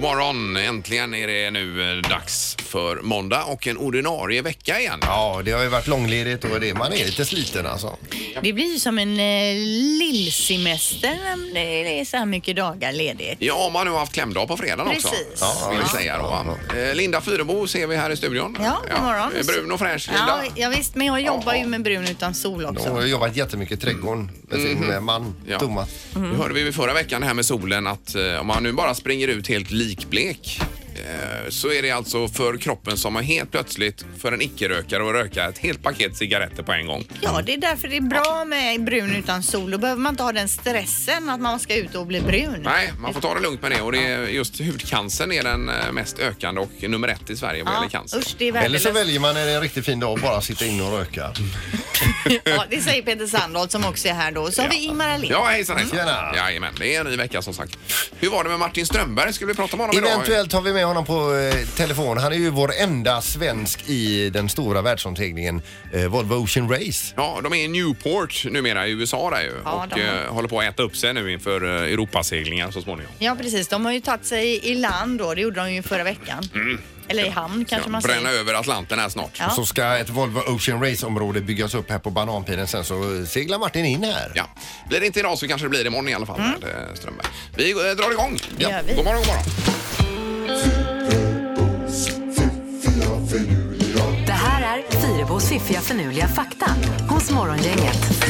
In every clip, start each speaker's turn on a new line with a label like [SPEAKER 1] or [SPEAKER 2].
[SPEAKER 1] morgon! Äntligen är det nu eh, dags för måndag och en ordinarie vecka igen.
[SPEAKER 2] Ja, det har ju varit långledigt och det, man är lite sliten alltså.
[SPEAKER 3] Det blir ju som en eh, lillsemester när det är så här mycket dagar ledigt.
[SPEAKER 1] Ja, man har nu haft klämdag på fredagen också.
[SPEAKER 3] Precis.
[SPEAKER 1] Ja, vill säga då. va? Eh, Linda Fyrebo ser vi här i studion.
[SPEAKER 3] Ja, god morgon.
[SPEAKER 1] Eh, Brun och fräsch
[SPEAKER 3] Ja,
[SPEAKER 1] Linda.
[SPEAKER 3] ja visst, men jag jobbar
[SPEAKER 1] Ja.
[SPEAKER 3] ju med brun utan sol
[SPEAKER 2] Hon har
[SPEAKER 3] också.
[SPEAKER 2] ju jobbat jättemycket i trädgården med sin eh, man
[SPEAKER 1] Ja.
[SPEAKER 2] Thomas.
[SPEAKER 3] Mm.
[SPEAKER 1] Det hörde vi ju förra veckan här med solen att eh, om man nu bara springer ut helt likblek eh, så är det alltså för kroppen som har helt plötsligt för en icke-rökare att röka ett helt paket cigaretter på en gång.
[SPEAKER 3] Ja, det är därför det är bra med brun utan sol. Då behöver man inte ha den stressen att man ska ut och bli brun.
[SPEAKER 1] Nej, man får ta det lugnt med det och det är just hudcancern är den eh, mest ökande och nummer ett i Sverige vad gäller
[SPEAKER 3] Ja,
[SPEAKER 1] cancer.
[SPEAKER 3] usch, det är
[SPEAKER 2] Eller så
[SPEAKER 3] värdelöst.
[SPEAKER 2] väljer man en riktigt fin dag och bara sitta inne och röka.
[SPEAKER 3] Ja, det säger Peter Sandholt som också är här då. Så har vi Ingmar Ahlén.
[SPEAKER 1] Ja, hejsan hejsan.
[SPEAKER 2] Tjena.
[SPEAKER 1] Jajamän, det är en ny vecka som sagt. Hur var det med Martin Strömberg? Skulle vi prata om honom idag?
[SPEAKER 2] Eventuellt har vi med honom på eh, telefon. Han är ju vår enda svensk i den stora världsomseglingen eh, Volvo Ocean Race.
[SPEAKER 1] Ja, de är i Newport numera i USA där ju
[SPEAKER 3] Ja,
[SPEAKER 1] och
[SPEAKER 3] de har-
[SPEAKER 1] eh, håller på att äta upp sig nu inför eh, Europaseglingar så småningom.
[SPEAKER 3] Ja, precis. De har ju tagit sig i land då. Det gjorde de ju förra veckan. Eller i hamn kanske man
[SPEAKER 1] Mm. bränna
[SPEAKER 3] säger.
[SPEAKER 1] över Atlanten här snart.
[SPEAKER 3] Ja.
[SPEAKER 2] Så ska ett Volvo Ocean Race-område byggas upp här på Bananpiren. Sen så seglar Martin in här.
[SPEAKER 1] Ja. Blir det inte idag så kanske det blir imorgon i alla fall med eh, Strömberg. Vi eh, drar igång.
[SPEAKER 3] Mm. Det gör vi.
[SPEAKER 1] God morgon, god morgon.
[SPEAKER 4] Det här är Fyrabos fiffiga förnuliga fakta hos Morgongänget.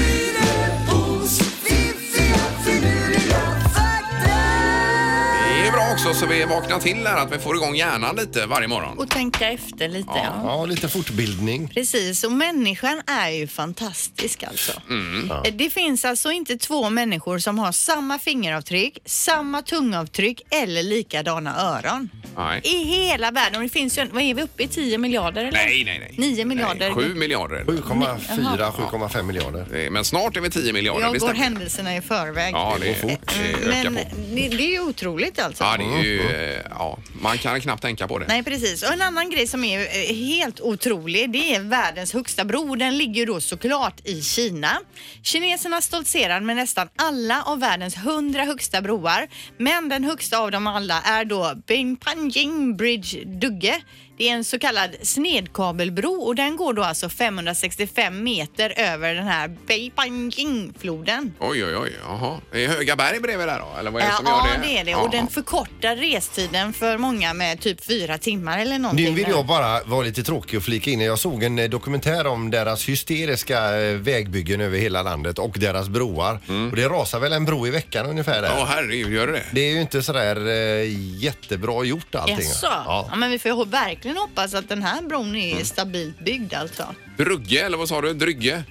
[SPEAKER 1] Det är ju bra också så vi vaknar till här att vi får igång hjärnan lite varje morgon.
[SPEAKER 3] Och tänka efter lite. Ja.
[SPEAKER 2] Ja, lite fortbildning.
[SPEAKER 3] Precis, och människan är ju fantastisk alltså.
[SPEAKER 1] Mm.
[SPEAKER 3] Det finns alltså inte två människor som har samma fingeravtryck, samma tungavtryck eller likadana öron.
[SPEAKER 1] Nej.
[SPEAKER 3] I hela världen. Och det finns ju, vad är vi uppe i, 10 miljarder eller?
[SPEAKER 1] Nej, nej, nej.
[SPEAKER 3] Nio miljarder.
[SPEAKER 1] Nej, sju miljarder.
[SPEAKER 2] 7,4-7,5 miljarder.
[SPEAKER 1] Eh, Men snart är vi 10 miljarder.
[SPEAKER 3] Jag
[SPEAKER 1] det
[SPEAKER 3] går
[SPEAKER 1] stämmer.
[SPEAKER 3] händelserna i förväg.
[SPEAKER 1] Ja, det,
[SPEAKER 2] Det går fort.
[SPEAKER 1] det ökar
[SPEAKER 3] Men
[SPEAKER 1] på.
[SPEAKER 3] det, det är ju otroligt alltså.
[SPEAKER 1] Ja, det är ju,
[SPEAKER 2] Mm.
[SPEAKER 1] eh, ja, man kan knappt tänka på det.
[SPEAKER 3] Nej, precis. Och en annan grej som är eh, helt otrolig, det är världens högsta bro. Den ligger ju då såklart i Kina. Kineserna stoltserar med nästan alla av världens hundra högsta broar. Men den högsta av dem alla är då Bingpanjing Bridge Dugge. Det är en så kallad snedkabelbro och den går då alltså 565 meter över den här Beipanjing-floden.
[SPEAKER 1] Oj, oj, oj. Jaha. Det är höga berg bredvid där då? Eller vad är det
[SPEAKER 3] Ja,
[SPEAKER 1] som
[SPEAKER 3] ja,
[SPEAKER 1] gör det?
[SPEAKER 3] det är det. Och den
[SPEAKER 1] Jaha.
[SPEAKER 3] förkortar restiden för många med typ fyra timmar eller någonting.
[SPEAKER 2] Nu vill jag bara vara lite tråkig och flika in. Jag såg en eh, dokumentär om deras hysteriska eh, vägbyggen över hela landet och deras broar. Och det rasar väl en bro i veckan ungefär där.
[SPEAKER 1] Mm. Ja, herregud, gör det det?
[SPEAKER 2] Det är ju inte sådär eh, jättebra gjort allting.
[SPEAKER 3] Jaså? Ja. men vi får ju verkligen hoppas att den här bron är
[SPEAKER 2] Mm.
[SPEAKER 3] stabilt byggd alltså.
[SPEAKER 1] Brugge, eller vad sa du? Drygge?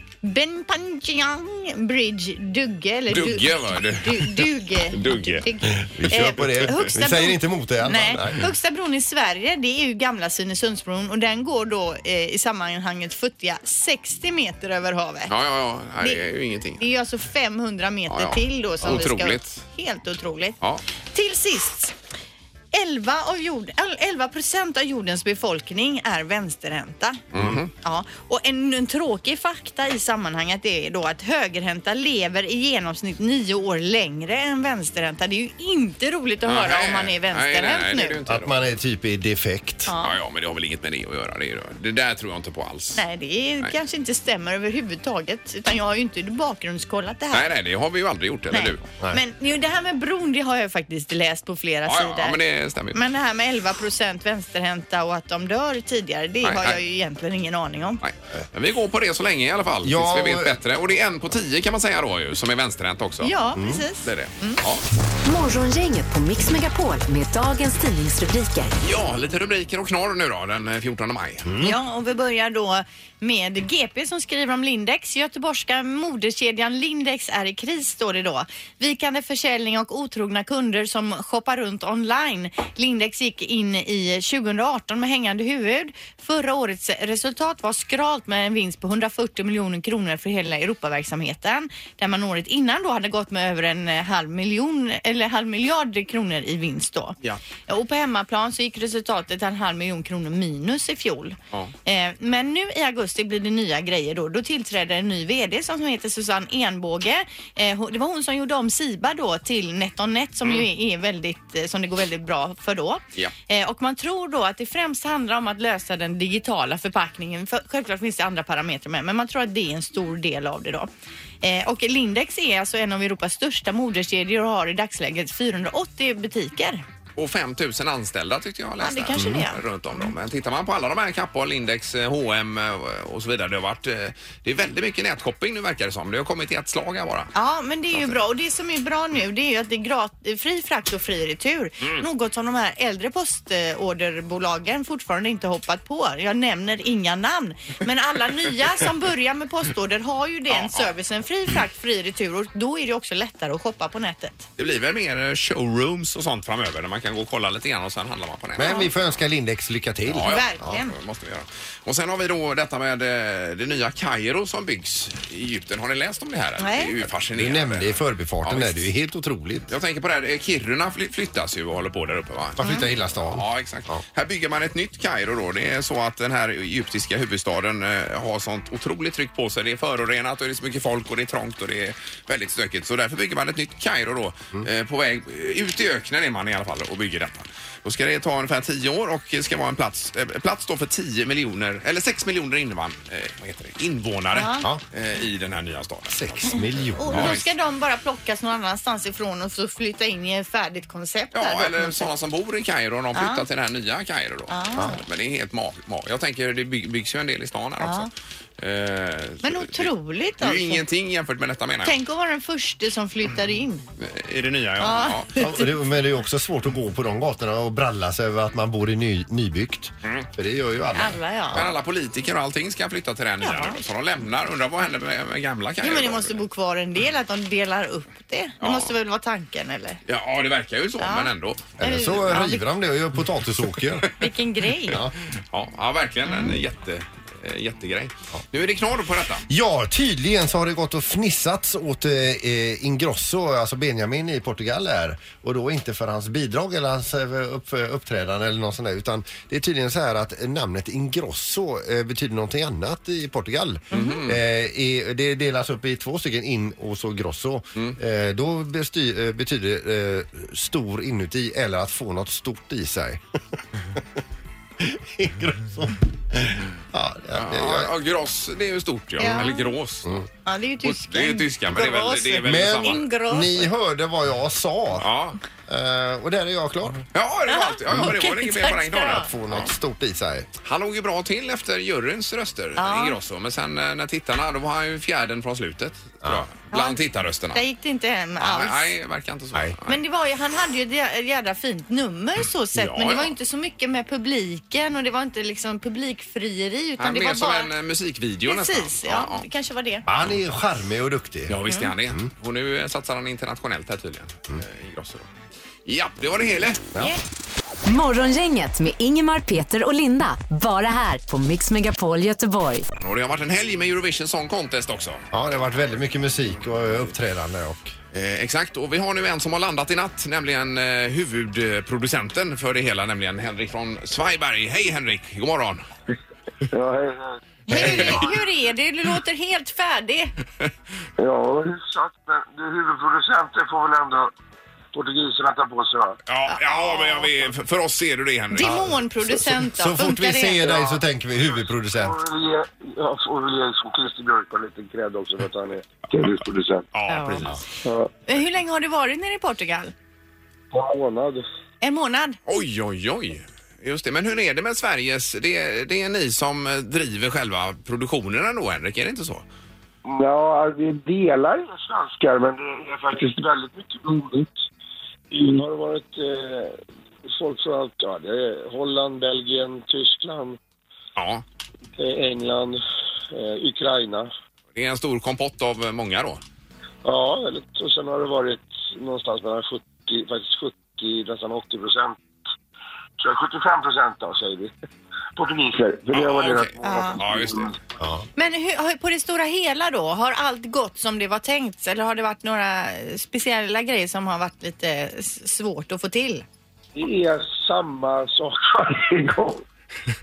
[SPEAKER 3] Benpanjiang Bridge Dugge eller du-
[SPEAKER 1] Dugge, var det.
[SPEAKER 3] Du, duge.
[SPEAKER 1] Dugge.
[SPEAKER 2] Vi kör på det.
[SPEAKER 3] Eh, högsta
[SPEAKER 2] Vi säger
[SPEAKER 3] bron-
[SPEAKER 2] inte emot det i alla
[SPEAKER 3] Nej.
[SPEAKER 2] fall. Nej. Mm.
[SPEAKER 3] Högsta bron i Sverige det är ju gamla Svinesundsbron och den går då eh, i sammanhanget futtiga 60 meter över havet.
[SPEAKER 1] Ja, ja, ja. Nej, det
[SPEAKER 3] Det-
[SPEAKER 1] är ju ingenting.
[SPEAKER 3] Det är ju alltså 500 meter
[SPEAKER 1] Ja, ja.
[SPEAKER 3] till då som vi ska...
[SPEAKER 1] Otroligt.
[SPEAKER 3] Helt otroligt.
[SPEAKER 1] Ja.
[SPEAKER 3] Till sist. 11 av jord, el- 11 procent av jordens befolkning är vänsterhänta.
[SPEAKER 1] Mhm.
[SPEAKER 3] Ja, och en, en tråkig fakta i sammanhanget är då att högerhänta lever i genomsnitt nio år längre än vänsterhänta. Det är ju inte roligt att höra
[SPEAKER 1] Nej,
[SPEAKER 3] om man är
[SPEAKER 1] nej,
[SPEAKER 3] vänsterhänt
[SPEAKER 1] nej,
[SPEAKER 3] nu.
[SPEAKER 1] det är det ju inte
[SPEAKER 2] Att
[SPEAKER 1] då.
[SPEAKER 2] man är typ i defekt.
[SPEAKER 1] Ja, ja, men det har väl inget med det att göra. Det, är ju- det där tror jag inte på alls.
[SPEAKER 3] Nej, det är,
[SPEAKER 1] Nej.
[SPEAKER 3] kanske inte stämmer överhuvudtaget. Utan jag har ju inte bakgrundskollat det här.
[SPEAKER 1] nej, nej, det har vi ju aldrig gjort, eller
[SPEAKER 3] Nej.
[SPEAKER 1] du?
[SPEAKER 2] Nej.
[SPEAKER 3] Men nu, det här med bron, det har jag faktiskt läst på flera
[SPEAKER 1] Ja, ja,
[SPEAKER 3] sidor.
[SPEAKER 1] ja, men det stämmer ju.
[SPEAKER 3] Men det här med 11 procent vänsterhänta och att de dör tidigare, det
[SPEAKER 1] Nej,
[SPEAKER 3] har jag
[SPEAKER 1] nej.
[SPEAKER 3] ju egentligen ingen aning om.
[SPEAKER 1] Nej. Men vi går på det så länge i alla fall,
[SPEAKER 2] Ja, eh,
[SPEAKER 1] tills vi vet
[SPEAKER 2] och-
[SPEAKER 1] bättre. Och det är en på tio kan man säga då ju, som är vänsterhänt också.
[SPEAKER 3] Ja, Mm. precis.
[SPEAKER 1] Mm. Det är det. Ja.
[SPEAKER 4] Morgongänget på Mix Megapol med dagens tidningsrubriker.
[SPEAKER 1] ja, lite rubriker och knorr nu då, den eh, 14 maj.
[SPEAKER 2] Mm.
[SPEAKER 3] Ja, och vi börjar då med GP som skriver om Lindex. Göteborgska modekedjan Lindex är i kris, står det då. Vikande försäljning och otrogna kunder som shoppar runt online. Lindex gick in i 2018 med hängande huvud. Förra årets resultat var skralt med en vinst på 140 miljoner kronor för hela Europaverksamheten. Där man året innan då hade gått med över en eh, halv miljon eller halv miljard kronor i vinst då.
[SPEAKER 1] Ja.
[SPEAKER 3] Och på hemmaplan så gick resultatet en halv miljon kronor minus i fjol.
[SPEAKER 1] Ja.
[SPEAKER 3] Eh, Men nu i augusti blir det nya grejer då. Då tillträder en ny VD som heter Susanne Enbåge. Eh, hon- Det var hon som gjorde om Siba då till NetOnNet som ju är- är väldigt, eh, som det går väldigt bra som för då.
[SPEAKER 1] Mm. Ja.
[SPEAKER 3] Eh, och man tror då att det främst handlar om att lösa den digitala förpackningen. För, självklart finns det andra parametrar med, men man tror att det är en stor del av det då. Eh, och Lindex är alltså en av Europas största moderkedjor och har i dagsläget 480 butiker.
[SPEAKER 1] Och 5 000 anställda tyckte jag läste. Mm,
[SPEAKER 3] Ja, det kanske det är. Mm.
[SPEAKER 1] Runt om dem. Men tittar man på alla de här, Kappahl, Lindex, eh, H&M eh, och så vidare. Det har varit, eh, det är väldigt mycket nätshopping nu verkar det som. Det har kommit i ett slag här bara.
[SPEAKER 3] Ja, men det är ju bra. Och det som är bra nu det är ju att det är grat- fri frakt och fri retur. Något som de här äldre postorderbolagen fortfarande inte hoppat på. Jag nämner inga namn. Men alla nya som börjar med postorder har ju den servicen. Fri frakt, fri retur och då är det också lättare att shoppa på nätet.
[SPEAKER 1] Det blir väl mer eh, showrooms och sånt framöver där man kan gå och kolla lite grann och sen handlar man på nätet.
[SPEAKER 2] Men vi får önska Lindex lycka till.
[SPEAKER 1] Ja, ja.
[SPEAKER 3] Verkligen.
[SPEAKER 1] Ja, det måste vi göra. Och sen har vi då detta med eh, det nya Kairo som byggs i Egypten. Har ni läst om det här?
[SPEAKER 3] Nej.
[SPEAKER 1] Det är ju
[SPEAKER 2] Du
[SPEAKER 1] fascinerande.
[SPEAKER 2] nämnde i förbifarten
[SPEAKER 1] Ja,
[SPEAKER 2] där,
[SPEAKER 1] visst.
[SPEAKER 2] det är ju helt otroligt.
[SPEAKER 1] Jag tänker på det här, eh, Kiruna fly- flyttas ju och håller på där uppe va?
[SPEAKER 2] Man flyttar hela stan.
[SPEAKER 1] Ja, exakt.
[SPEAKER 2] Ja.
[SPEAKER 1] Här bygger man ett nytt Kairo då. Det är så att den här egyptiska huvudstaden eh, har sånt otroligt tryck på sig. Det är förorenat och det är så mycket folk och det är trångt och det är väldigt stökigt. Så därför bygger man ett nytt Kairo då.
[SPEAKER 2] Mm.
[SPEAKER 1] Eh, på väg ut i öknen är man i alla fall och bygger detta. Då ska det ta ungefär 10 år och ska vara en plats, eh, plats då för 10 miljoner, eller 6 miljoner invan, eh, vad heter det? invånare
[SPEAKER 2] Ja.
[SPEAKER 1] eh, i den här nya staden.
[SPEAKER 2] Sex miljoner.
[SPEAKER 3] Och
[SPEAKER 1] Ja,
[SPEAKER 3] då
[SPEAKER 1] visst.
[SPEAKER 3] ska de bara plockas någon annanstans ifrån och så flytta in i ett färdigt koncept. där
[SPEAKER 1] Ja,
[SPEAKER 3] då.
[SPEAKER 1] eller sådana som bor i Kairo, de flyttar till det här nya Kairo då. Men det är helt mag- mag- Jag tänker, det by- byggs ju en del i stan här också. Eh, så
[SPEAKER 3] Men
[SPEAKER 1] det-
[SPEAKER 3] otroligt
[SPEAKER 1] Det är ju
[SPEAKER 3] alltså.
[SPEAKER 1] ingenting jämfört med detta menar jag.
[SPEAKER 3] Tänk att vara den första som flyttar in.
[SPEAKER 1] I det nya ja. ja.
[SPEAKER 2] Ja, och det- men det är ju också svårt att gå på de gatorna och brallas över att man bor i ny, nybyggt.
[SPEAKER 1] Mm.
[SPEAKER 2] För det gör ju alla.
[SPEAKER 3] Alla ja.
[SPEAKER 1] Men alla politiker och allting ska flytta till det här nya
[SPEAKER 3] Ja.
[SPEAKER 1] nu. Så de lämnar. Undrar vad händer med, med gamla Kairo?
[SPEAKER 3] Jo, men det
[SPEAKER 1] då?
[SPEAKER 3] måste bo kvar en del, att de delar upp det. Det
[SPEAKER 1] Ja.
[SPEAKER 3] måste väl vara tanken, eller?
[SPEAKER 1] Ja, det verkar ju så, men ändå.
[SPEAKER 2] Eller så river de det och gör potatisåker.
[SPEAKER 3] Vilken grej.
[SPEAKER 2] Ja.
[SPEAKER 1] Ja, ja verkligen
[SPEAKER 3] Mm.
[SPEAKER 1] en jätte, eh, jättegrej. Nu är det knorr på detta.
[SPEAKER 2] Ja, tydligen så har det gått och fnissats åt eh, Ingrosso, alltså Benjamin i Portugal här. Och då inte för hans bidrag eller hans eh, upp, uppträdande eller något sånt där. Utan det är tydligen så här att namnet Ingrosso eh, betyder någonting annat i Portugal. eh, i, det delas upp i två stycken, in och så grosso. Eh, då besty, eh, betyder det eh, stor inuti eller att få något stort i sig. Ingrosso. Ja, ja, det, Mm.
[SPEAKER 1] Ja, ja, gross, det är ju stort ja.
[SPEAKER 3] Ja.
[SPEAKER 1] Eller grås.
[SPEAKER 3] Ja, det är ju tyskan.
[SPEAKER 1] Det är ju tyskan, men det är väl, det är väl
[SPEAKER 2] Men-
[SPEAKER 1] samma.
[SPEAKER 3] Ingrosso.
[SPEAKER 2] Ni hörde vad jag sa.
[SPEAKER 1] Ja. Mm.
[SPEAKER 2] Eh, och där är jag klar.
[SPEAKER 1] Ja, det var allt. Ja, ja, det var inget mer på den knorren.
[SPEAKER 2] Att få något stort i sig.
[SPEAKER 1] Han låg ju bra till efter juryns röster, Ingrosso. Men sen eh, när tittarna, då var han ju fjärden från slutet. tror jag. Bland tittarrösterna.
[SPEAKER 3] Där gick det inte hem
[SPEAKER 1] Nej,
[SPEAKER 3] alls.
[SPEAKER 1] nej, verkar inte så.
[SPEAKER 2] Nej.
[SPEAKER 1] Nej.
[SPEAKER 3] Men det var ju, han hade ju ett jä- ett jädra fint nummer så sett,
[SPEAKER 1] Ja,
[SPEAKER 3] men det var
[SPEAKER 1] ja.
[SPEAKER 3] ju inte så mycket med publiken och det var inte liksom publikfrieri utan
[SPEAKER 1] Han
[SPEAKER 3] det
[SPEAKER 1] mer
[SPEAKER 3] var
[SPEAKER 1] som
[SPEAKER 3] bara...
[SPEAKER 1] en eh, musikvideo
[SPEAKER 3] Precis,
[SPEAKER 1] nästan.
[SPEAKER 3] ja, det kanske var det.
[SPEAKER 2] Han är charmig och duktig.
[SPEAKER 1] ja visst är han det. Och nu eh, satsar han internationellt här tydligen, eh, Ingrosso. Då. Ja, det var det hela.
[SPEAKER 3] Yeah.
[SPEAKER 4] Morgongänget med Ingemar, Peter och Linda. Bara här på Mix Megapol Göteborg.
[SPEAKER 1] Och det har varit en helg med Eurovision Song Contest också.
[SPEAKER 2] Ja, det har varit väldigt mycket musik och eh, uppträdande och
[SPEAKER 1] Eh, exakt, och vi har nu en som har landat i natt, nämligen eh, huvudproducenten för det hela, nämligen Henrik från Zweiberg. Hej Henrik, god morgon!
[SPEAKER 5] Ja, hej, hej.
[SPEAKER 3] Hur, är- hur är det? Du låter helt färdig.
[SPEAKER 5] ja hyfsat. Men du, huvudproducenten får väl ändå portugiserna ta på sig, va?
[SPEAKER 1] Ja, ja men jag vet, för- för oss ser du det Henrik.
[SPEAKER 3] Demonproducent
[SPEAKER 2] så
[SPEAKER 3] då,
[SPEAKER 2] fort vi
[SPEAKER 3] funkar det?
[SPEAKER 2] ser dig så tänker vi huvudproducent.
[SPEAKER 5] Får väl ge- Jag får väl ge som Christer Björkman lite cred också för att han är huvudproducent.
[SPEAKER 1] Ja,
[SPEAKER 3] Ja.
[SPEAKER 1] precis.
[SPEAKER 3] Men Hur länge har du varit nere i Portugal?
[SPEAKER 5] På en månad.
[SPEAKER 3] En månad?
[SPEAKER 1] Oj, oj, oj. Just det, men hur är det med Sveriges? Det, det är ni som eh, driver själva produktionerna då Henrik, är det inte så?
[SPEAKER 5] Ja, vi delar är svenskar, men det är faktiskt väldigt mycket blodigt. Nu har det varit eh, folk från allt. Ja, det är Holland, Belgien, Tyskland,
[SPEAKER 1] Ja,
[SPEAKER 5] eh, England, eh, Ukraina.
[SPEAKER 1] det är en stor kompott av eh, många då.
[SPEAKER 5] Ja, väldigt. och sen har det varit någonstans mellan 70, faktiskt 70, nästan 80 procent. Så 75 procent då, säger vi. Portugiser. För det har varit
[SPEAKER 1] okej.
[SPEAKER 5] rätt många
[SPEAKER 3] Ja.
[SPEAKER 1] ja just det.
[SPEAKER 3] Men hur, har- på det stora hela då, har allt gått som det var tänkt eller har det varit några speciella grejer som har varit lite s- svårt att få till?
[SPEAKER 5] Det är samma sak varje gång.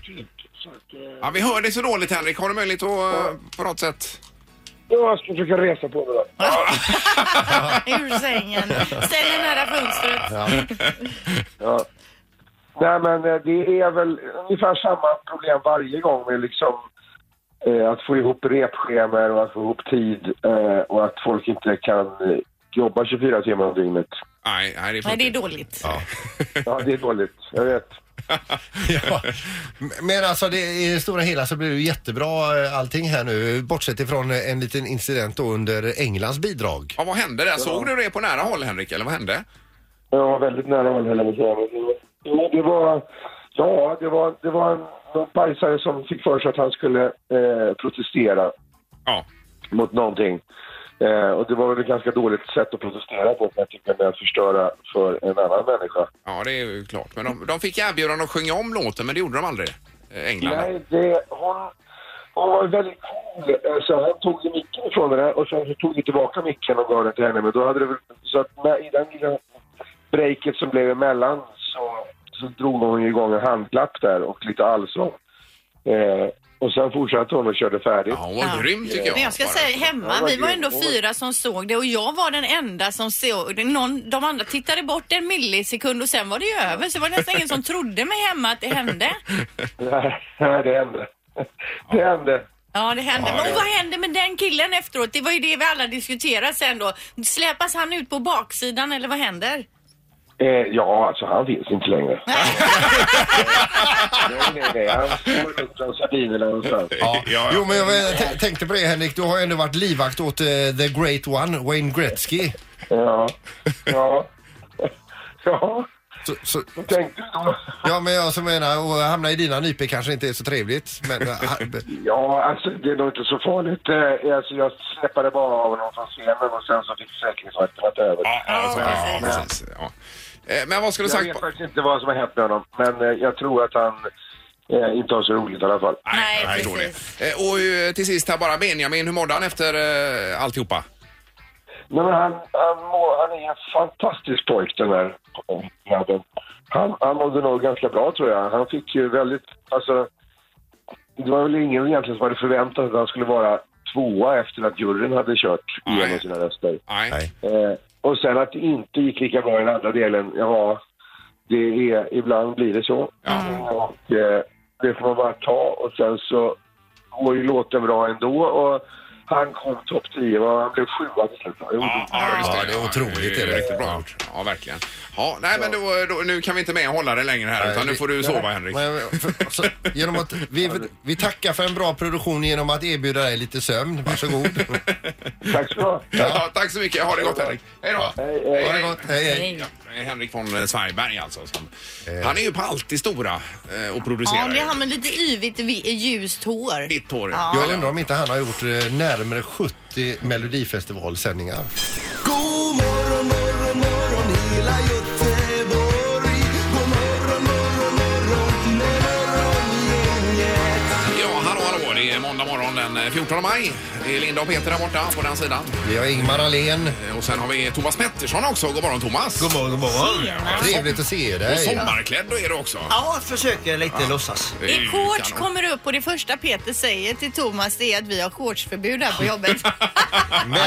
[SPEAKER 5] Typ. Så att, eh,
[SPEAKER 1] Ja, vi hör dig så dåligt Henrik, har du möjlighet att eh, på något sätt?
[SPEAKER 5] jag ska försöka resa på det då.
[SPEAKER 3] Ur sängen, ställ dig nära fönstret.
[SPEAKER 5] Ja. Nej, men eh, det är väl ungefär samma problem varje gång med liksom eh, att få ihop repschemer och att få ihop tid eh, och att folk inte kan eh, jobba 24 timmar om dygnet.
[SPEAKER 1] Nej, nej, det
[SPEAKER 3] Nej,
[SPEAKER 1] funkar
[SPEAKER 3] det är
[SPEAKER 1] inte.
[SPEAKER 3] dåligt.
[SPEAKER 5] Ja, det är dåligt. Jag vet.
[SPEAKER 2] Ja. Men alltså det, i det stora hela så blir det ju jättebra eh, allting här nu. Bortsett ifrån eh, en liten incident då under Englands bidrag.
[SPEAKER 1] Ja, vad hände där? Såg du det på nära håll, Henrik? Eller vad hände?
[SPEAKER 5] Jag var väldigt nära håll, höll jag på att säga. Men det var- jo, Det var, ja, det var, det var en någon pajsare som fick för sig att han skulle eh, protestera
[SPEAKER 1] Ja.
[SPEAKER 5] mot någonting. Eh, och det var väl ett ganska dåligt sätt att protestera på, kan jag tycka, med att förstöra för en annan människa.
[SPEAKER 1] Ja, det är ju klart. Men de, de fick erbjudan att sjunga om låten, men det gjorde de aldrig. eh, England.
[SPEAKER 5] Nej, det, hon, hon var väldigt cool. Så han tog ju micken ifrån henne och sen så tog vi tillbaka micken och gav den till henne. Men då hade det väl, så att med, i den lilla breaket som blev emellan så, så drog hon ju igång en handklapp där och lite allsång. Eh, och sen fortsatte hon och körde färdigt.
[SPEAKER 1] Ja, hon var
[SPEAKER 3] Ja.
[SPEAKER 1] grym tycker jag.
[SPEAKER 3] Men jag ska
[SPEAKER 1] Bara-
[SPEAKER 3] säga hemma,
[SPEAKER 5] Ja, vad
[SPEAKER 3] vi var
[SPEAKER 5] grymt.
[SPEAKER 3] ändå fyra som såg det och jag var den enda som såg det. Någon, de andra tittade bort en millisekund och sen var det ju över. Så det var nästan ingen som trodde mig hemma att det hände.
[SPEAKER 5] Nej, det hände. Det hände.
[SPEAKER 3] Ja, det hände.
[SPEAKER 1] Ja,
[SPEAKER 3] Men
[SPEAKER 1] det-
[SPEAKER 3] vad hände med den killen efteråt? Det var ju det vi alla diskuterade sen då. Släpas han ut på baksidan eller vad händer?
[SPEAKER 5] Eh, ja, alltså han finns inte längre. nej, nej, nej. Han står upp bland sardinerna någonstans.
[SPEAKER 1] Ja, ja.
[SPEAKER 2] Jo men jag eh, t- tänkte på det Henrik, du har ju ändå varit livvakt åt eh, the great one, Wayne Gretzky.
[SPEAKER 5] Ja. Ja. Ja.
[SPEAKER 2] Så, så,
[SPEAKER 5] Vad tänkte du då?
[SPEAKER 2] ja men jag som menar, att hamna i dina nypor kanske inte är så trevligt. Men, eh, ha-
[SPEAKER 5] Ja, alltså det är nog inte så farligt. Eh, Alltså, jag släppade bara av honom från scenen och sen så fick säkerhetsvakterna ta över.
[SPEAKER 1] Ja, ja, så- ja, precis. Ja. Eh, Men vad skulle du
[SPEAKER 5] Jag
[SPEAKER 1] sagt?
[SPEAKER 5] vet
[SPEAKER 1] på-
[SPEAKER 5] faktiskt inte vad som har hänt med honom, men eh, jag tror att han eh, inte har så roligt i alla fall.
[SPEAKER 3] Nej,
[SPEAKER 1] jag tror
[SPEAKER 3] precis.
[SPEAKER 1] det. Eh, Och eh, till sist här bara Benjamin, hur mådde han efter eh, alltihopa?
[SPEAKER 5] Nej, men han, han, må, han är en fantastisk pojk den här grabben. Han, han mådde nog ganska bra tror jag. Han fick ju väldigt, alltså det var väl ingen egentligen som hade förväntat sig att han skulle vara tvåa efter att juryn hade kört
[SPEAKER 1] Nej.
[SPEAKER 5] igenom sina röster.
[SPEAKER 1] Nej.
[SPEAKER 2] Nej.
[SPEAKER 5] Eh, och sen att det inte gick lika bra i den andra delen, ja, det är, ibland blir det så. Och eh, det får man bara ta och sen så går ju låten bra ändå och han kom topp 10 och han blev sjua till slut. Jo,
[SPEAKER 1] Ja, ja, just
[SPEAKER 2] Ja, det är otroligt,
[SPEAKER 1] Det
[SPEAKER 2] är
[SPEAKER 1] är
[SPEAKER 2] det.
[SPEAKER 1] riktigt bra gjort. Ja, verkligen. Ja, nej, men då, då, nu kan vi inte med hålla det längre här,
[SPEAKER 2] Nej,
[SPEAKER 1] utan nu
[SPEAKER 2] vi-
[SPEAKER 1] får du sova, Henrik.
[SPEAKER 2] men, för, så, genom att vi, vi tackar för en bra produktion genom att erbjuda dig lite sömn. Varsågod.
[SPEAKER 5] Tack ska du ha.
[SPEAKER 1] Ja, tack så mycket. Ha det gott, Henrik. Hej då.
[SPEAKER 5] Hej, hej.
[SPEAKER 2] Ha det gott. Hej, hej.
[SPEAKER 1] Ja, det är Henrik von eh, Zweigbergk alltså. Som,
[SPEAKER 2] Eh.
[SPEAKER 1] han är ju på alltid stora eh, och
[SPEAKER 3] Ja,
[SPEAKER 1] producerar.
[SPEAKER 3] det
[SPEAKER 1] ju.
[SPEAKER 3] är han med lite yvigt vi- ljust hår.
[SPEAKER 1] Ditt hår.
[SPEAKER 3] Ja.
[SPEAKER 2] Jag undrar om inte han har gjort eh, närmare 70 melodifestivalsändningar.
[SPEAKER 6] God morgon, morgon, morgon hela Göteborg. God morgon, morgon, morgon, morgongänget.
[SPEAKER 1] Ja, hallå, hallå. Det är måndag morgon den eh, 14 maj. Det är Linda och Peter där borta på den sidan.
[SPEAKER 2] Vi har Ingmar Ahlén.
[SPEAKER 1] Eh, Och sen har vi Thomas Pettersson också. God morgon, Thomas.
[SPEAKER 6] God morgon, god morgon.
[SPEAKER 2] Trevligt att se
[SPEAKER 1] Och
[SPEAKER 2] dig.
[SPEAKER 1] sommarklädd är du också.
[SPEAKER 6] Ja, försöker lite låtsas.
[SPEAKER 1] Det är ju
[SPEAKER 3] I shorts
[SPEAKER 1] kanon.
[SPEAKER 3] kommer upp och det första Peter säger till Thomas det är att vi har shortsförbud här på jobbet.
[SPEAKER 6] Ja,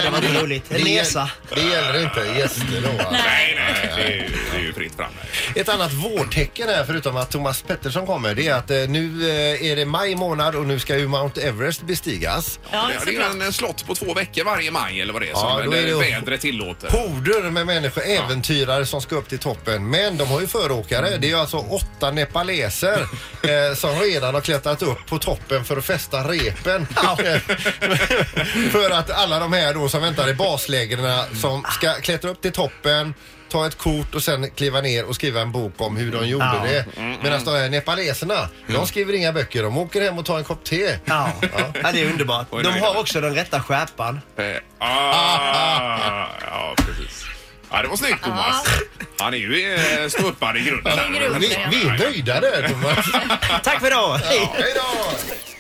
[SPEAKER 6] det var inte roligt. En
[SPEAKER 2] Det gäll-
[SPEAKER 6] resa.
[SPEAKER 2] Det gäller inte gäster då. va?
[SPEAKER 1] Nej, nej, det är ju, det är ju fritt fram. här.
[SPEAKER 2] Ett annat vårtecken här förutom att Thomas Pettersson kommer det är att eh, nu eh, är det maj månad och nu ska ju Mount Everest bestigas.
[SPEAKER 3] Ja,
[SPEAKER 1] Ja, det är ju
[SPEAKER 3] såklart.
[SPEAKER 1] en eh, slott på två veckor varje maj eller vad det är,
[SPEAKER 2] Ja,
[SPEAKER 1] som
[SPEAKER 2] då är
[SPEAKER 1] där
[SPEAKER 2] det-
[SPEAKER 1] vädret tillåter.
[SPEAKER 2] Horder med människor, äventyrare som ska upp till toppen. Men de har ju
[SPEAKER 6] Mm.
[SPEAKER 2] föråkare. Det är ju alltså åtta nepaleser eh, som redan har klättrat upp på toppen för att fästa repen. Eh, för att alla de här då som väntar i baslägren som ska klättra upp till toppen ta ett kort och sen kliva ner och skriva en bok om hur de gjorde
[SPEAKER 6] Ja. Mm,
[SPEAKER 2] det. Medan de här nepaleserna, de skriver inga böcker. De åker hem och tar en kopp te.
[SPEAKER 6] Ja. ja, det är underbart.
[SPEAKER 1] Oj,
[SPEAKER 6] De
[SPEAKER 1] nej,
[SPEAKER 6] har
[SPEAKER 1] nej.
[SPEAKER 6] också den rätta skärpan.
[SPEAKER 1] Eh, ah, ja, precis. Ja, det var snyggt Thomas. Han är ju eh, ståuppare i grunden.
[SPEAKER 3] I grunden,
[SPEAKER 2] Vi, vi är nöjda där Thomas.
[SPEAKER 6] Tack för idag. Hej.
[SPEAKER 2] Hej då!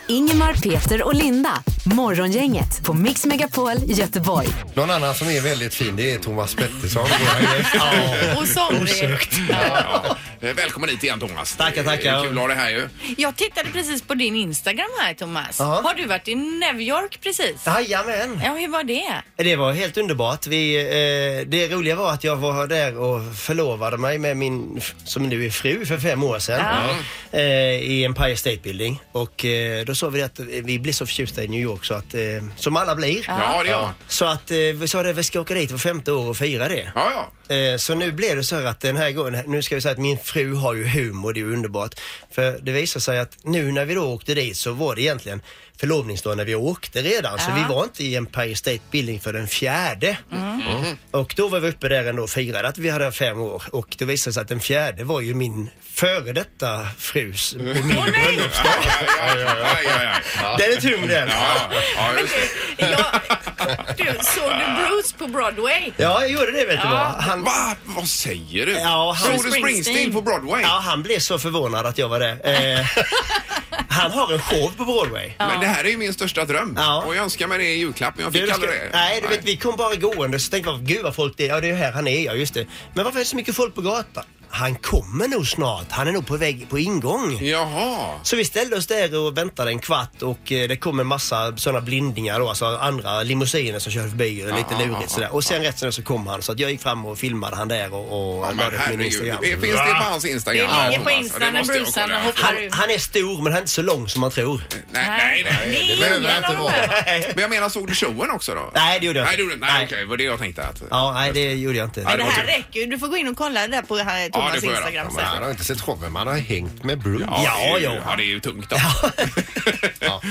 [SPEAKER 4] Ingemar, Peter och Linda. Morgongänget på Mix Megapol Göteborg.
[SPEAKER 2] Någon annan som är väldigt fin det är Thomas Pettersson.
[SPEAKER 3] Och somrig.
[SPEAKER 1] Ja. Eh, Välkommen hit igen Thomas.
[SPEAKER 6] Tackar, tackar.
[SPEAKER 1] Det är Kul att ha dig här ju.
[SPEAKER 3] Jag tittade precis på din Instagram här Thomas.
[SPEAKER 6] Ja.
[SPEAKER 3] Har du varit i New York precis?
[SPEAKER 6] Jajamän!
[SPEAKER 3] Ja, hur var det?
[SPEAKER 6] Det var helt underbart. Vi, eh, det roliga var att jag var där och förlovade mig med min, f- som nu är fru, för fem år sedan. Eh, I Empire State Building. Och eh, då sa vi att vi blir så förtjusta i New York så att, eh, som alla blir.
[SPEAKER 1] Ja, det är jag.
[SPEAKER 6] Så att eh, vi sa det, vi ska åka dit för femte år och fira det.
[SPEAKER 1] Ja, ja.
[SPEAKER 6] Eh, Så nu blev det så här att den här gången, nu ska vi säga att min fru har ju humor, det är ju underbart. För det visar sig att nu när vi då åkte dit så var det egentligen förlovningsdagen när vi åkte redan. Så
[SPEAKER 3] Ja.
[SPEAKER 6] vi var inte i Empire State Building för den fjärde. Och då var vi uppe där ändå och firade att vi hade fem år. Och det visade sig att den fjärde var ju min före detta frus och min bröllopsdag.
[SPEAKER 1] Aj, aj, aj, aj, aj. Ja,
[SPEAKER 6] Den är tung den.
[SPEAKER 1] ja, ja, just det.
[SPEAKER 3] Ja, du, såg du Bruce på Broadway?
[SPEAKER 6] Ja, jag gjorde det vet du vad. Han,
[SPEAKER 1] Va? Vad säger du?
[SPEAKER 6] Ja, han-
[SPEAKER 1] Såg du Springsteen
[SPEAKER 3] Springsteen
[SPEAKER 1] på Broadway?
[SPEAKER 6] ja, han blev så förvånad att jag var där. Eh, han har en show på Broadway.
[SPEAKER 1] Men det här är ju min största dröm.
[SPEAKER 6] Ja.
[SPEAKER 1] Och jag önskar mig det i julklapp, men jag
[SPEAKER 6] Du, du
[SPEAKER 1] fick
[SPEAKER 6] ska,
[SPEAKER 1] aldrig det.
[SPEAKER 6] nej, du vet, vi kom bara gående så tänkte jag, gud vad folk det är. Ja, det är ju här han är, ja just det. Men varför är det så mycket folk på gatan? Han kommer nog snart. Han är nog på väg på ingång.
[SPEAKER 1] Jaha.
[SPEAKER 6] Så vi ställde oss där och väntade en kvart och eh, det kom en massa sådana blindingar då, alltså andra limousiner som kör förbi och lite
[SPEAKER 1] Ja, ja, ja,
[SPEAKER 6] lurigt sådär. Och sen rätt som det så kom han så att jag gick fram och filmade han där och, och
[SPEAKER 1] ah. Ja,
[SPEAKER 6] la
[SPEAKER 1] men
[SPEAKER 6] det på min
[SPEAKER 1] herregud.
[SPEAKER 6] Instagram.
[SPEAKER 1] Finns det på hans
[SPEAKER 3] Det
[SPEAKER 1] Instagram?
[SPEAKER 3] är
[SPEAKER 1] Ja,
[SPEAKER 3] ligger på
[SPEAKER 1] Thomas. Ja,
[SPEAKER 3] Insta
[SPEAKER 1] det
[SPEAKER 3] när
[SPEAKER 1] måste jag
[SPEAKER 3] Bruce
[SPEAKER 1] kolla.
[SPEAKER 3] hoppar
[SPEAKER 6] Han,
[SPEAKER 3] ur.
[SPEAKER 6] han är stor men han är inte så lång som man tror.
[SPEAKER 1] Nej, nej,
[SPEAKER 3] Det
[SPEAKER 1] nej.
[SPEAKER 2] Det
[SPEAKER 3] är
[SPEAKER 2] behöver
[SPEAKER 3] ingen
[SPEAKER 2] inte
[SPEAKER 3] av de
[SPEAKER 2] vara.
[SPEAKER 3] här.
[SPEAKER 1] Men jag menar, såg du showen också då?
[SPEAKER 6] Nej, det gjorde jag
[SPEAKER 1] Nej,
[SPEAKER 6] inte.
[SPEAKER 1] du, gjorde inte. nej,
[SPEAKER 6] Nej.
[SPEAKER 1] okej, det var det jag tänkte att...
[SPEAKER 6] Ja, nej det gjorde jag inte.
[SPEAKER 1] Ja,
[SPEAKER 3] Det
[SPEAKER 1] var
[SPEAKER 3] här
[SPEAKER 1] tur.
[SPEAKER 3] räcker ju. Du får gå in och kolla det där på här,
[SPEAKER 1] Ja,
[SPEAKER 3] Thomas
[SPEAKER 1] det får jag
[SPEAKER 3] Instagram
[SPEAKER 1] göra.
[SPEAKER 2] Man
[SPEAKER 3] sen.
[SPEAKER 2] har inte sett showen, man har hängt med Bruce.
[SPEAKER 1] det är ju-
[SPEAKER 6] Ja, ja.
[SPEAKER 1] ja, det är ju tungt då.
[SPEAKER 2] Ja.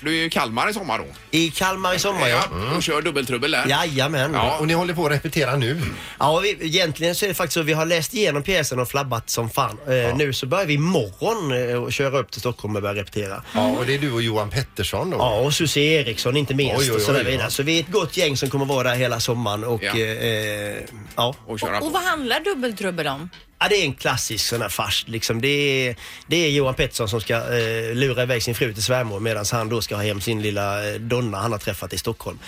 [SPEAKER 1] Du är ju i Kalmar i sommar då.
[SPEAKER 6] I Kalmar i sommar ja.
[SPEAKER 1] Och kör dubbeltrubbel där.
[SPEAKER 6] Jajamän.
[SPEAKER 1] Ja.
[SPEAKER 2] Och ni håller på att repetera nu.
[SPEAKER 6] Ja, vi, egentligen så är det faktiskt så vi har läst igenom pjäsen och flabbat som fan. Eh, Nu så börjar vi imorgon eh, och köra upp till Stockholm och börja repetera.
[SPEAKER 2] Ja, och det är du och Johan Pettersson då.
[SPEAKER 6] Ja, och Susie Eriksson inte minst
[SPEAKER 2] Oj, oj,
[SPEAKER 6] och sådär
[SPEAKER 2] oj, oj.
[SPEAKER 6] vidare. Så vi är ett gott gäng som kommer vara där hela sommaren och
[SPEAKER 1] Ja.
[SPEAKER 6] ja. Eh, ja.
[SPEAKER 1] Och köra
[SPEAKER 3] Och
[SPEAKER 1] på.
[SPEAKER 3] vad handlar Dubbeltrubbel om?
[SPEAKER 6] Ja, det är en klassisk sån här fars. Liksom. Det, är, det är Johan Pettersson som ska eh, lura iväg sin fru till svärmor medan han då ska ha hem sin lilla eh, donna han har träffat i Stockholm.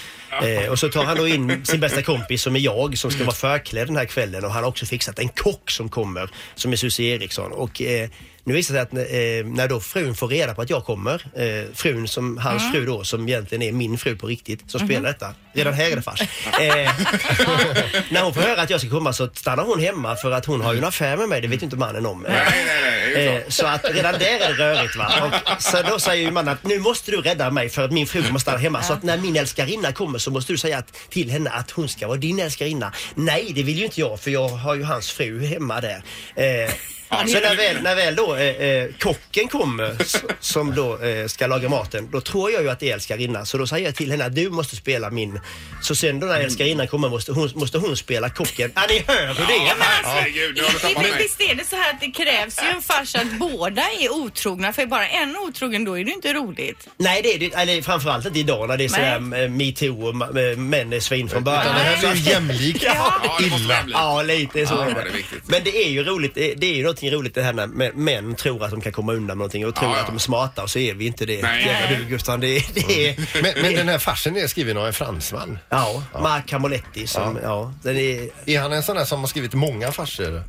[SPEAKER 6] Eh, och så tar han då in sin bästa kompis som är jag som ska vara förklädd den här kvällen och han har också fixat en kock som kommer som är Susie Eriksson. Och, eh, nu visar det sig att eh, när då frun får reda på att jag kommer, eh, frun som hans
[SPEAKER 1] Mm.
[SPEAKER 6] fru då som egentligen är min fru på riktigt som
[SPEAKER 1] Mm-hmm.
[SPEAKER 6] spelar detta. Redan här är det fars. Eh, när hon får höra att jag ska komma så stannar hon hemma för att hon har ju en affär med mig, det vet ju inte mannen om.
[SPEAKER 1] Nej, nej, nej. det är ju
[SPEAKER 6] Eh,
[SPEAKER 1] klart.
[SPEAKER 6] Så att redan där är det rörigt va. Och så då säger ju mannen att nu måste du rädda mig för att min fru kommer stanna hemma. Så att när min älskarinna kommer så måste du säga att, till henne att hon ska vara din älskarinna. Nej, det vill ju inte jag för jag har ju hans fru hemma där. Eh, så när väl, när väl då eh, eh, kocken kommer s- som då eh, ska laga maten, då tror jag ju att det är älskarinnan. Så då säger jag till henne att du måste spela min. Så sen då när
[SPEAKER 1] Mm.
[SPEAKER 6] älskarinnan kommer måste hon, måste hon spela kocken. Ja, ni hör hur det är. va?
[SPEAKER 1] Herregud, nu har du tappat
[SPEAKER 3] Men
[SPEAKER 1] mig.
[SPEAKER 3] visst är det så här att det krävs ju en fars att båda är otrogna för är bara en otrogen då är det ju inte roligt.
[SPEAKER 6] Nej, det är det eller framförallt inte idag när det är sådär eh, metoo och ma- eh, män är svin från början.
[SPEAKER 2] Utan det här är ju jämlikt.
[SPEAKER 1] Ja, det måste
[SPEAKER 2] Illa.
[SPEAKER 1] vara bli.
[SPEAKER 6] Ja, lite så.
[SPEAKER 1] Ja,
[SPEAKER 6] är
[SPEAKER 1] det är viktigt.
[SPEAKER 6] Men det är ju roligt. Det det är ju någonting roligt det här när mä- män tror att de kan komma undan med någonting och tror
[SPEAKER 1] Ja, ja.
[SPEAKER 6] att de är smarta och så är vi inte det.
[SPEAKER 1] Nej.
[SPEAKER 6] Jävla du Gustav, det, är- det är...
[SPEAKER 2] Men, men den här farsen är skriven av en fransman.
[SPEAKER 6] Ja, Mark Hamoletti som, ja. den är,
[SPEAKER 2] Är han en sån där som har skrivit många farser?